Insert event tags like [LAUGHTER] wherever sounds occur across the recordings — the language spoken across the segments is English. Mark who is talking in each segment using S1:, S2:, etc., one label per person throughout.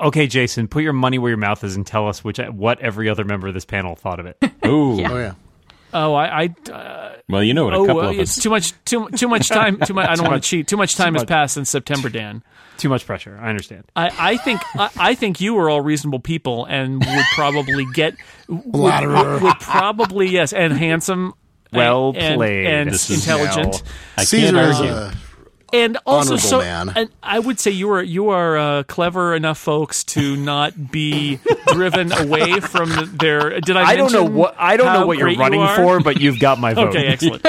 S1: Okay, Jason, put your money where your mouth is and tell us which what every other member of this panel thought of
S2: [LAUGHS]
S1: it.
S3: Ooh.
S4: Oh yeah.
S2: Oh, I, I uh,
S3: Well, you know what? A
S2: oh,
S3: couple
S2: uh,
S3: of
S2: it's
S3: us.
S2: too much. Too too much time. Too much. I don't want to cheat. Too much time has
S1: much.
S2: passed since September, Dan.
S1: Too much pressure. I understand.
S2: I, I think I, I think you were all reasonable people and would probably get
S4: Flatterer.
S2: would, would probably yes and handsome.
S1: Well
S2: and,
S1: played.
S2: and,
S1: This
S3: is
S2: intelligent,
S1: now-
S3: I can't
S4: Caesar uh, is
S3: argue.
S4: a
S2: and also
S4: honorable
S2: so.
S4: man.
S2: And I would say you are you are uh, clever enough folks to not be driven away from their. Did I?
S1: I don't know
S2: mention
S1: what I don't know
S2: how
S1: what you're
S2: great you
S1: running
S2: are?
S1: for, but you've got
S2: [LAUGHS]
S1: my vote. [LAUGHS]
S2: Okay, excellent.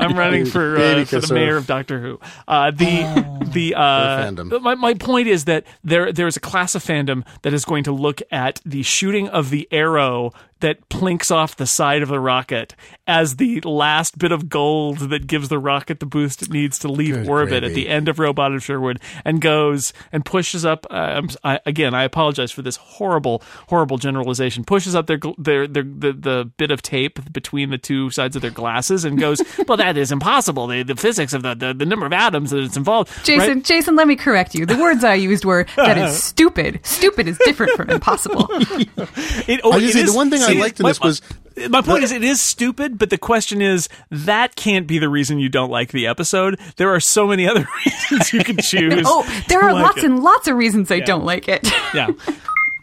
S2: I'm running for, uh,
S4: Baby
S2: for the
S4: kisser.
S2: mayor of Doctor Who. Uh, the the uh,
S4: Good fandom.
S2: but my my point is that there there is a class of fandom that is going to look at the shooting of the arrow that plinks off the side of the rocket as the last bit of gold that gives the rocket the boost it needs to leave orbit at
S4: gravy.
S2: the end of Robot of Sherwood and goes and pushes up. Uh, I'm, s- I, again, I apologize for this horrible, horrible generalization. Pushes up their gl- their, their the, the bit of tape between the two sides of their glasses and goes, [LAUGHS] "Well, that is impossible. The, the physics of the, the the number of atoms that it's involved."
S5: Jason,
S2: right?
S5: Jason, let me correct you. The words I used were
S2: [LAUGHS]
S5: that is stupid. Stupid is different from impossible.
S2: It- oh,
S4: I just
S2: it
S4: say the
S2: is-
S4: one thing I
S2: see,
S4: liked in
S2: my-
S4: this was-
S2: my point is it is stupid, but the question is that can't be the reason you don't like the episode. There are so many other [LAUGHS] reasons you can choose.
S5: Oh, there
S2: to
S5: are
S2: like
S5: lots
S2: it.
S5: and lots of reasons I don't like it. [LAUGHS]
S2: yeah.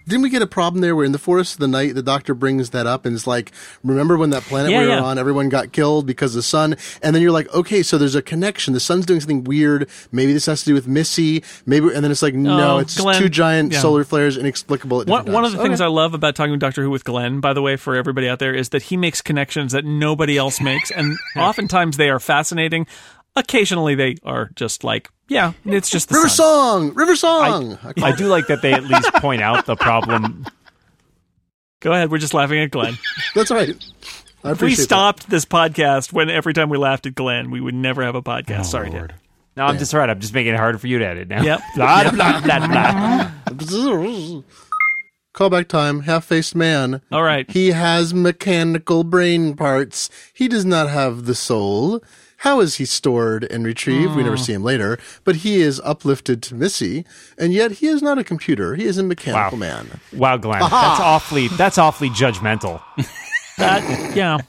S4: Didn't we get a problem there where in the forest of the night the doctor brings that up and is like, remember when that planet
S2: Yeah,
S4: we were
S2: yeah.
S4: on, everyone got killed because of the sun? And then you're like, okay, so there's a connection. The sun's doing something weird. Maybe this has to do with Missy. Maybe, and then it's like, no,
S2: Oh,
S4: it's just
S2: Glenn.
S4: two giant
S2: Yeah.
S4: solar flares inexplicable. At
S2: One,
S4: different
S2: one of the
S4: times.
S2: things I love about talking to Doctor Who with Glenn, by the way, for everybody out there, is that he makes connections that nobody else makes,
S4: [LAUGHS]
S2: and oftentimes they are fascinating. Occasionally, they are just like, yeah, it's just the
S4: River
S2: sun.
S4: Song! River Song! I call
S1: I do like that they at least point out the problem.
S2: Go ahead, we're just laughing at Glenn.
S4: it. [LAUGHS] That's all right. I
S2: if
S4: [LAUGHS]
S2: we
S4: appreciate that.
S2: stopped this podcast when every time we laughed at Glenn, we would never have a
S4: Oh,
S2: podcast. Sorry, Dan.
S3: Lord.
S1: No, I'm just right. I'm just making it harder for you to edit now.
S2: Yep.
S1: [LAUGHS] Blah, blah, blah, blah.
S4: [LAUGHS] Callback time, half faced man.
S2: All right.
S4: He has mechanical brain parts. He does not have the soul. How is he stored and retrieved? We never
S2: Mm.
S4: see him later, but he is uplifted to Missy, and yet he is not a computer. He is a mechanical man.
S1: Wow, Glenn, that's awfully that's awfully judgmental.
S2: That- [LAUGHS] yeah.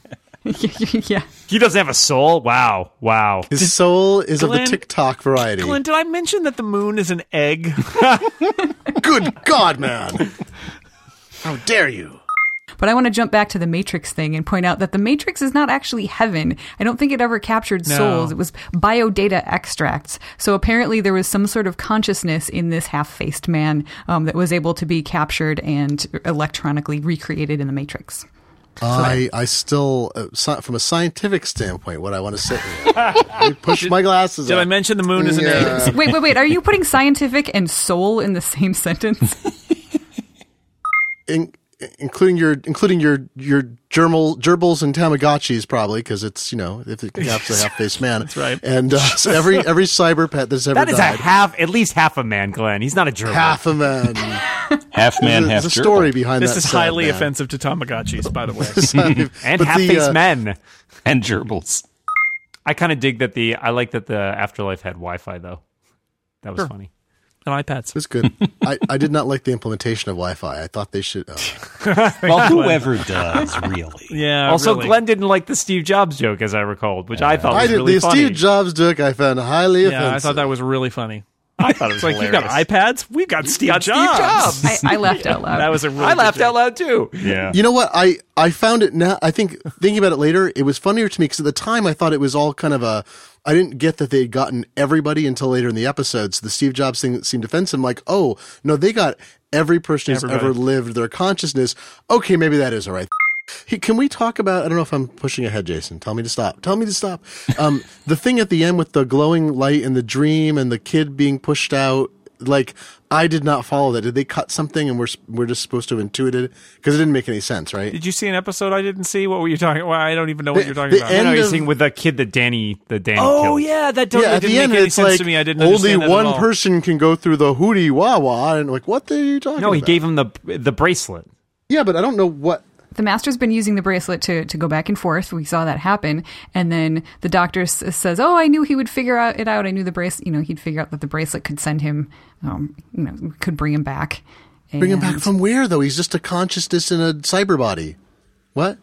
S5: yeah.
S1: He doesn't have a soul. Wow, wow.
S4: His soul is of the
S2: Glenn-
S4: TikTok variety.
S2: Glenn, did I mention that the moon is an egg?
S4: [LAUGHS] Good God, man!
S2: [LAUGHS]
S4: How dare you!
S5: But I want to jump back to the Matrix thing and point out that the Matrix is not actually heaven. I don't think it ever captured
S2: No.
S5: souls. It was biodata extracts. So apparently there was some sort of consciousness in this half-faced man um, that was able to be captured and electronically recreated in the Matrix.
S4: I, I still, uh, sci- from a scientific standpoint, what I want to
S2: [LAUGHS]
S4: say, Let me push my glasses.
S2: Did I
S4: up.
S2: mention the moon is an egg?
S4: Yeah.
S5: Wait, wait, wait. Are you putting scientific and soul in the same [LAUGHS] sentence?
S4: in, including your including your your gerbil gerbils and tamagotchis probably because it's you know if it caps
S2: [LAUGHS]
S4: a half faced man that's
S2: right.
S4: and uh, so every every cyber pet that's ever
S1: That is a
S4: died
S1: half, at least half a man, Glenn. He's not a gerbil.
S4: half a man
S3: Half man, half
S4: there's a
S3: gerbil.
S4: story behind
S2: This
S4: that
S2: is
S4: sad
S2: highly
S4: man. [LAUGHS]
S2: offensive to Tamagotchis, by the way. [LAUGHS]
S1: and
S4: But
S1: half
S4: the,
S1: faced
S4: uh,
S1: men.
S3: [LAUGHS] and gerbils.
S1: I kind of dig that the I like that the afterlife had Wi-Fi though. That was funny.
S2: And iPads.
S4: it's good I, I did not like the implementation of wi-fi i thought they
S2: [LAUGHS]
S4: should uh,
S3: Well,
S4: [LAUGHS]
S3: whoever does, really.
S2: Yeah.
S1: also,
S2: Uh, really.
S1: Glenn didn't like the Steve Jobs joke, as I recalled, which I thought
S4: i
S1: was
S4: did
S1: really
S4: the
S1: funny.
S4: steve jobs joke i found highly offensive
S2: Yeah, I thought that was really funny.
S1: I thought it was
S2: It's like you got
S1: hilarious.
S2: iPads, we got Steve
S1: got Steve
S2: Jobs.
S1: Jobs.
S5: I,
S4: [LAUGHS]
S5: I laughed out
S2: [LAUGHS]
S5: loud.
S2: That was a really
S1: I laughed
S2: good
S1: out loud too. [LAUGHS]
S3: Yeah.
S4: You know what? I, I found it now. I think thinking about it later, it was funnier to me because at the time I thought it was all kind of a. I didn't get that they had gotten everybody until later in the episode. So the Steve Jobs thing seemed offensive. I'm like, oh, no, they got every person who's
S2: Everybody.
S4: ever lived their consciousness. Okay, maybe that is all right. Hey, can we talk about? I don't know if I'm pushing ahead, Jason. Tell me to stop. Tell me to stop. Um, [LAUGHS] the thing at the end with the glowing light and the dream and the kid being pushed out. Like I did not follow that. Did they cut something and we're s- we're just supposed to have intuited because it didn't make any sense, right?
S2: Did you see an episode I didn't see? What were you talking? Well, I don't even know what
S4: The-
S2: you're talking
S4: the
S2: about.
S4: end-
S1: No,
S4: And
S1: you're
S4: of-
S1: seeing with the kid that Danny, the Danny.
S2: oh
S1: killed.
S2: yeah, that totally
S4: yeah, at
S2: didn't
S4: the end,
S2: make any
S4: it's
S2: sense
S4: like
S2: to me. I didn't
S4: only
S2: understand that at
S4: one
S2: all.
S4: person can go through the hootie wah wah, and like, what are you talking
S1: No, he
S4: about?
S1: gave him the the bracelet.
S4: yeah, but I don't know what.
S5: the master's been using the bracelet to, to go back and forth. We saw that happen. And then the doctor s- says, Oh, I knew he would figure out it out. I knew the brace, you know, he'd figure out that the bracelet could send him, um, you know, could bring him back.
S4: Bring him back
S2: Mm.
S5: And-
S4: from where though? He's just a consciousness in a cyber body.
S2: [LAUGHS]
S4: What?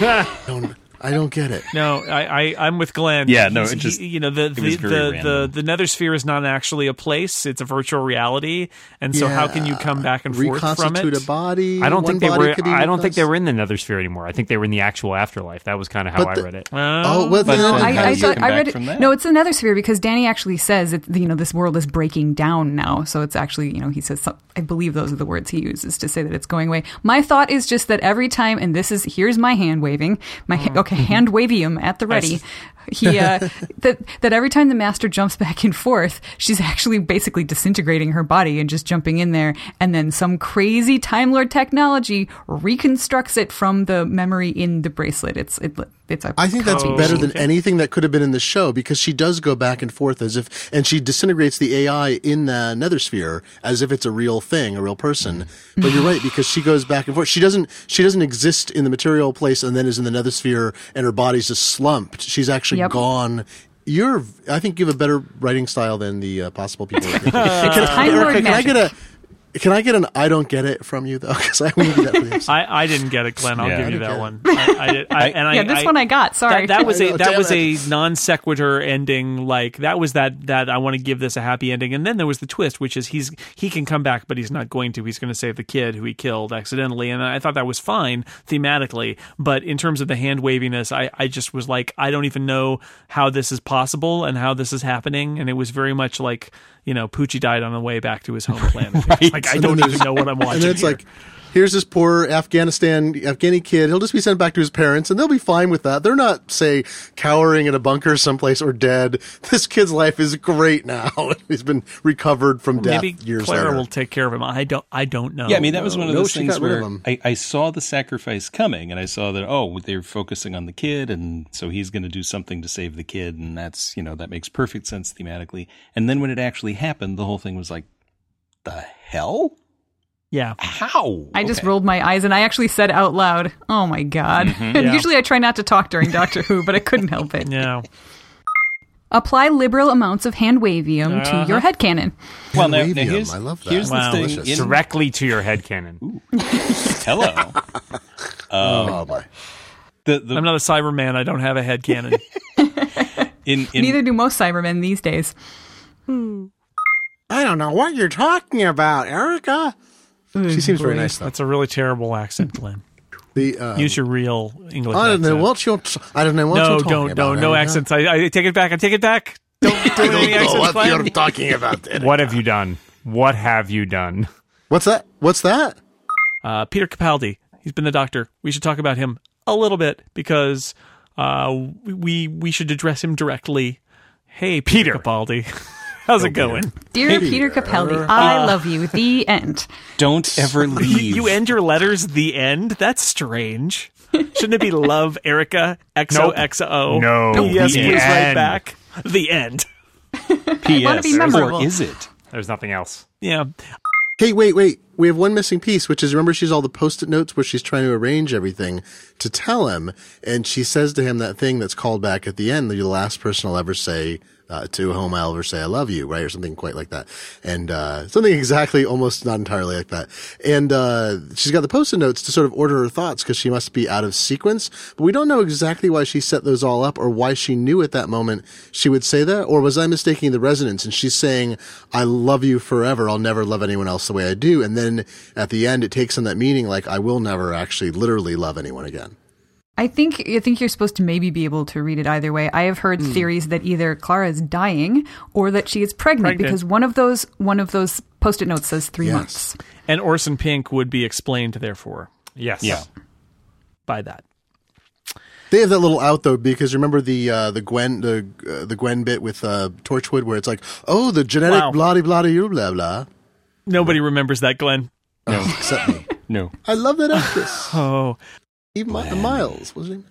S4: I don't, I don't get it.
S2: No, I, I I'm with Glenn.
S3: Yeah, no,
S2: He's-
S3: it just-
S2: he- you know the the
S3: was very
S2: the, the
S3: random.
S2: the nether sphere is not actually a place; it's a virtual reality, and so how can you come back and forth from
S4: Reconstitute
S2: it?
S4: a body.
S1: I don't
S4: One
S1: think they
S4: body
S1: were.
S4: could be
S1: I don't think they
S4: reconstituted.
S1: were in the Nether Sphere anymore. I think they were in the actual afterlife. That was kind of how
S4: But
S1: I
S4: the-
S1: read it.
S4: Oh, well,
S3: But
S4: then
S3: then
S4: I,
S5: I,
S3: how
S5: I
S3: do you
S5: thought
S3: come
S5: I
S3: back
S5: read
S3: from that?
S5: it. No, it's another sphere because Danny actually says that you know this world is breaking down now. So it's actually you know he says some, I believe those are the words he uses to say that it's going away. My thought is just that every time, and this is here's my hand waving, my ha-
S3: Mm-hmm.
S5: okay hand wavium at the ready. He uh, [LAUGHS] that that every time the master jumps back and forth, she's actually basically disintegrating her body and just jumping in there, and then some crazy Time Lord technology reconstructs it from the memory in the bracelet. It's it, it's a
S4: I think that's
S2: Oh,
S4: better than
S2: okay.
S4: anything that could have been in the show because she does go back and forth as if, and she disintegrates the AI in the nether sphere as if it's a real thing, a real person. But you're right because she goes back and forth. She doesn't. She doesn't exist in the material place and then is in the nether sphere and her body's just slumped. She's actually
S5: Yep.
S4: gone. You're. I think you have a better writing style than the uh, possible
S5: [LAUGHS]
S4: people. can,
S5: Time Lord
S4: Erica, can I
S5: magic.
S4: get a? Can I get an I don't get it from you though? [LAUGHS] Because I wouldn't do that for you.
S2: I, I didn't get it, Glenn. I'll
S3: Yeah.
S2: give you
S4: I
S2: that
S4: didn't
S2: one. I, I did,
S3: [LAUGHS]
S2: I, and I,
S5: yeah, this one I got. Sorry. [LAUGHS]
S2: That, that was
S4: I
S2: a
S4: know,
S2: that
S4: damn
S2: was
S4: it.
S2: a non sequitur ending. Like that was that that I want to give this a happy ending, and then there was the twist, which is he's he can come back, but he's not going to. He's going to save the kid who he killed accidentally, and I thought that was fine thematically, but in terms of the hand waviness, I I just was like I don't even know how this is possible and how this is happening, and it was very much like you know Poochie died on the way back to
S4: [LAUGHS]
S2: his home planet. Like I
S4: And then
S2: don't even
S4: there's-
S2: know what I'm watching.
S4: And then it's
S2: here.
S4: like, here's this poor Afghanistan Afghani kid. He'll just be sent back to his parents, and they'll be fine with that. They're not, say, cowering in a bunker someplace or dead. [LAUGHS] This kid's life is great now. [LAUGHS] He's been recovered from death
S2: maybe
S4: years
S2: Clara
S4: later.
S2: will take care of him. I don't. I don't know.
S3: Yeah, I mean that was one of
S4: No,
S3: those
S4: she
S3: things
S4: got rid of
S3: where
S4: him.
S3: I, I saw the sacrifice coming, and I saw that oh they were focusing on the kid, and so he's going to do something to save the kid, and that's you know that makes perfect sense thematically. And then when it actually happened, the whole thing was like, the hell?
S2: yeah.
S3: How?
S5: I just
S3: Okay.
S5: rolled my eyes and I actually said out loud, "Oh my god!" and
S2: Yeah.
S5: [LAUGHS] usually I try not to talk during Doctor Who, but I couldn't help
S2: [LAUGHS]
S5: it.
S2: Yeah.
S5: Apply liberal amounts of hand wavium to your head cannon.
S3: Well, now,
S4: Wavium,
S3: now here's,
S4: I love that.
S3: Here's
S2: Wow.
S3: the thing.
S4: Delicious.
S3: In,
S1: Directly to your head cannon.
S3: hello.
S4: oh, my.
S3: The, the,
S2: I'm not a Cyberman. I don't have a head cannon.
S3: in, in,
S5: Neither do most Cybermen these days.
S4: I don't know what you're talking about, Erica.
S2: Hmm,
S4: She seems very nice, though.
S2: [LAUGHS] That's a really terrible accent, Glenn.
S4: The, um,
S2: Use your real English
S4: I don't know
S2: accent.
S4: what you're. T- I don't know what
S2: uh, no,
S4: you're talking
S2: don't,
S4: about.
S2: don't, no
S4: Erica. [LAUGHS]
S2: accents. I, I take it back. I take it back. Don't do any accents, Glenn.
S4: talking about.
S1: What have you done? What have you done? [LAUGHS]
S4: What's that? What's that?
S2: Uh, Peter Capaldi. He's been the doctor. We should talk about him a little bit because uh, we we should address him directly. Hey, Peter,
S1: Peter.
S2: Capaldi. [LAUGHS] How's
S4: Oh,
S2: it going?
S5: Dear Peter Capaldi, I love you. The end.
S3: don't ever leave.
S2: You end your letters the end? That's strange. Shouldn't it be love, Erica? XOXO.
S1: No,
S2: Yes,
S1: the
S2: please write
S1: end.
S2: back. The end.
S3: PS,
S5: wanna be memorable.
S3: Or is it?
S1: There's nothing else.
S2: Yeah.
S4: Hey, wait, wait. We have one missing piece, which is remember she's all the post-it notes where she's trying to arrange everything to tell him, and she says to him that thing that's called back at the end. You're the last person I'll ever say uh, to whom I'll ever say I love you, right, or something quite like that, and uh, something [LAUGHS] exactly, almost not entirely like that. And uh, she's got the post-it notes to sort of order her thoughts because she must be out of sequence. But we don't know exactly why she set those all up or why she knew at that moment she would say that, or was I mistaking the resonance? And she's saying, "I love you forever. I'll never love anyone else the way I do." And then at the end, it takes on that meaning, like I will never actually, literally love anyone again.
S5: I think I think you're supposed to maybe be able to read it either way. I have heard theories that either Clara is dying or that she is pregnant,
S2: Pregnant.
S5: because one of those one of those post-it notes says three
S4: Yes.
S5: months.
S2: And Orson Pink would be explained, therefore,
S1: Yes.
S3: Yeah.
S2: by that.
S4: They have that little out though because remember the uh, the Gwen the uh, the Gwen bit with uh, Torchwood where it's like, "Oh, the genetic
S2: Wow.
S4: blah de blah de blah blah."
S2: Nobody remembers that, Glenn.
S4: No, except me.
S3: No.
S2: [LAUGHS]
S4: I love that actress.
S2: Oh.
S4: Even Mi- Miles was he?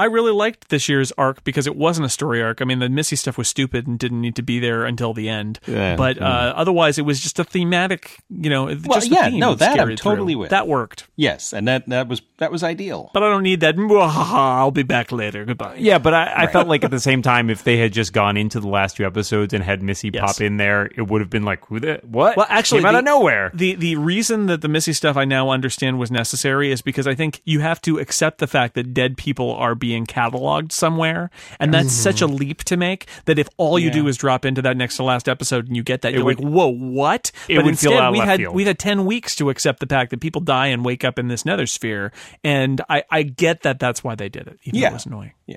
S2: I really liked this year's arc because it wasn't a story arc. I mean, the Missy stuff was stupid and didn't need to be there until the end.
S3: Yeah,
S2: but
S3: yeah.
S2: Uh, otherwise, it was just a thematic, you know, it-
S3: Well,
S2: just the
S3: yeah,
S2: theme
S3: no,
S2: was
S3: that I'm
S2: carried
S3: totally
S2: through.
S3: with.
S2: That worked.
S3: Yes, and that that was that was ideal.
S2: But I don't need that. Mwahaha, I'll be back later. Goodbye.
S1: Yeah, but I, I felt like
S2: [LAUGHS]
S1: at the same time, if they had just gone into the last two episodes and had Missy
S2: Yes.
S1: pop in there, it would have been like, who the what?
S2: Well, actually,
S1: Came out
S2: the-
S1: of nowhere.
S2: The the reason that the Missy stuff I now understand was necessary is because I think you have to accept the fact that dead people are being cataloged somewhere, and that's
S1: Mm-hmm.
S2: such a leap to make that if all you
S3: Yeah.
S2: do is drop into that next to last episode and you get that, you're
S1: would-
S2: like, whoa, what?
S1: it
S2: but
S1: would feel
S2: instead,
S1: out of
S2: we
S1: left
S2: had
S1: field.
S2: we had ten weeks to accept the fact that people die and wake up in this nether sphere, and I I get that that's why they did it. Even though
S3: Yeah.
S2: it was annoying.
S3: Yeah,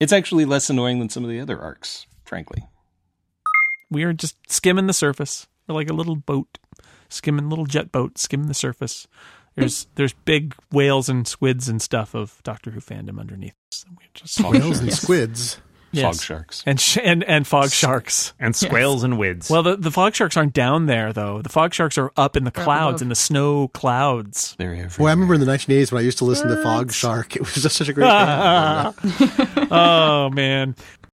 S3: it's actually less annoying than some of the other arcs, frankly.
S2: We are just skimming the surface. We're like a little boat, skimming little jet boat, skimming the surface. There's there's big whales and squids and stuff of Doctor Who fandom underneath. us. And we're just
S4: Whales and squids.
S3: Fog sharks.
S2: and sh- and and fog sharks.
S1: and squales and wids.
S2: Well, the, the fog sharks aren't down there though. The fog sharks are up in the clouds, in the
S3: [LAUGHS]
S2: snow clouds.
S3: They're everywhere.
S4: Well, I remember in the 1980s when I used to listen to Fog Shark. It was just such a great band.
S2: oh man.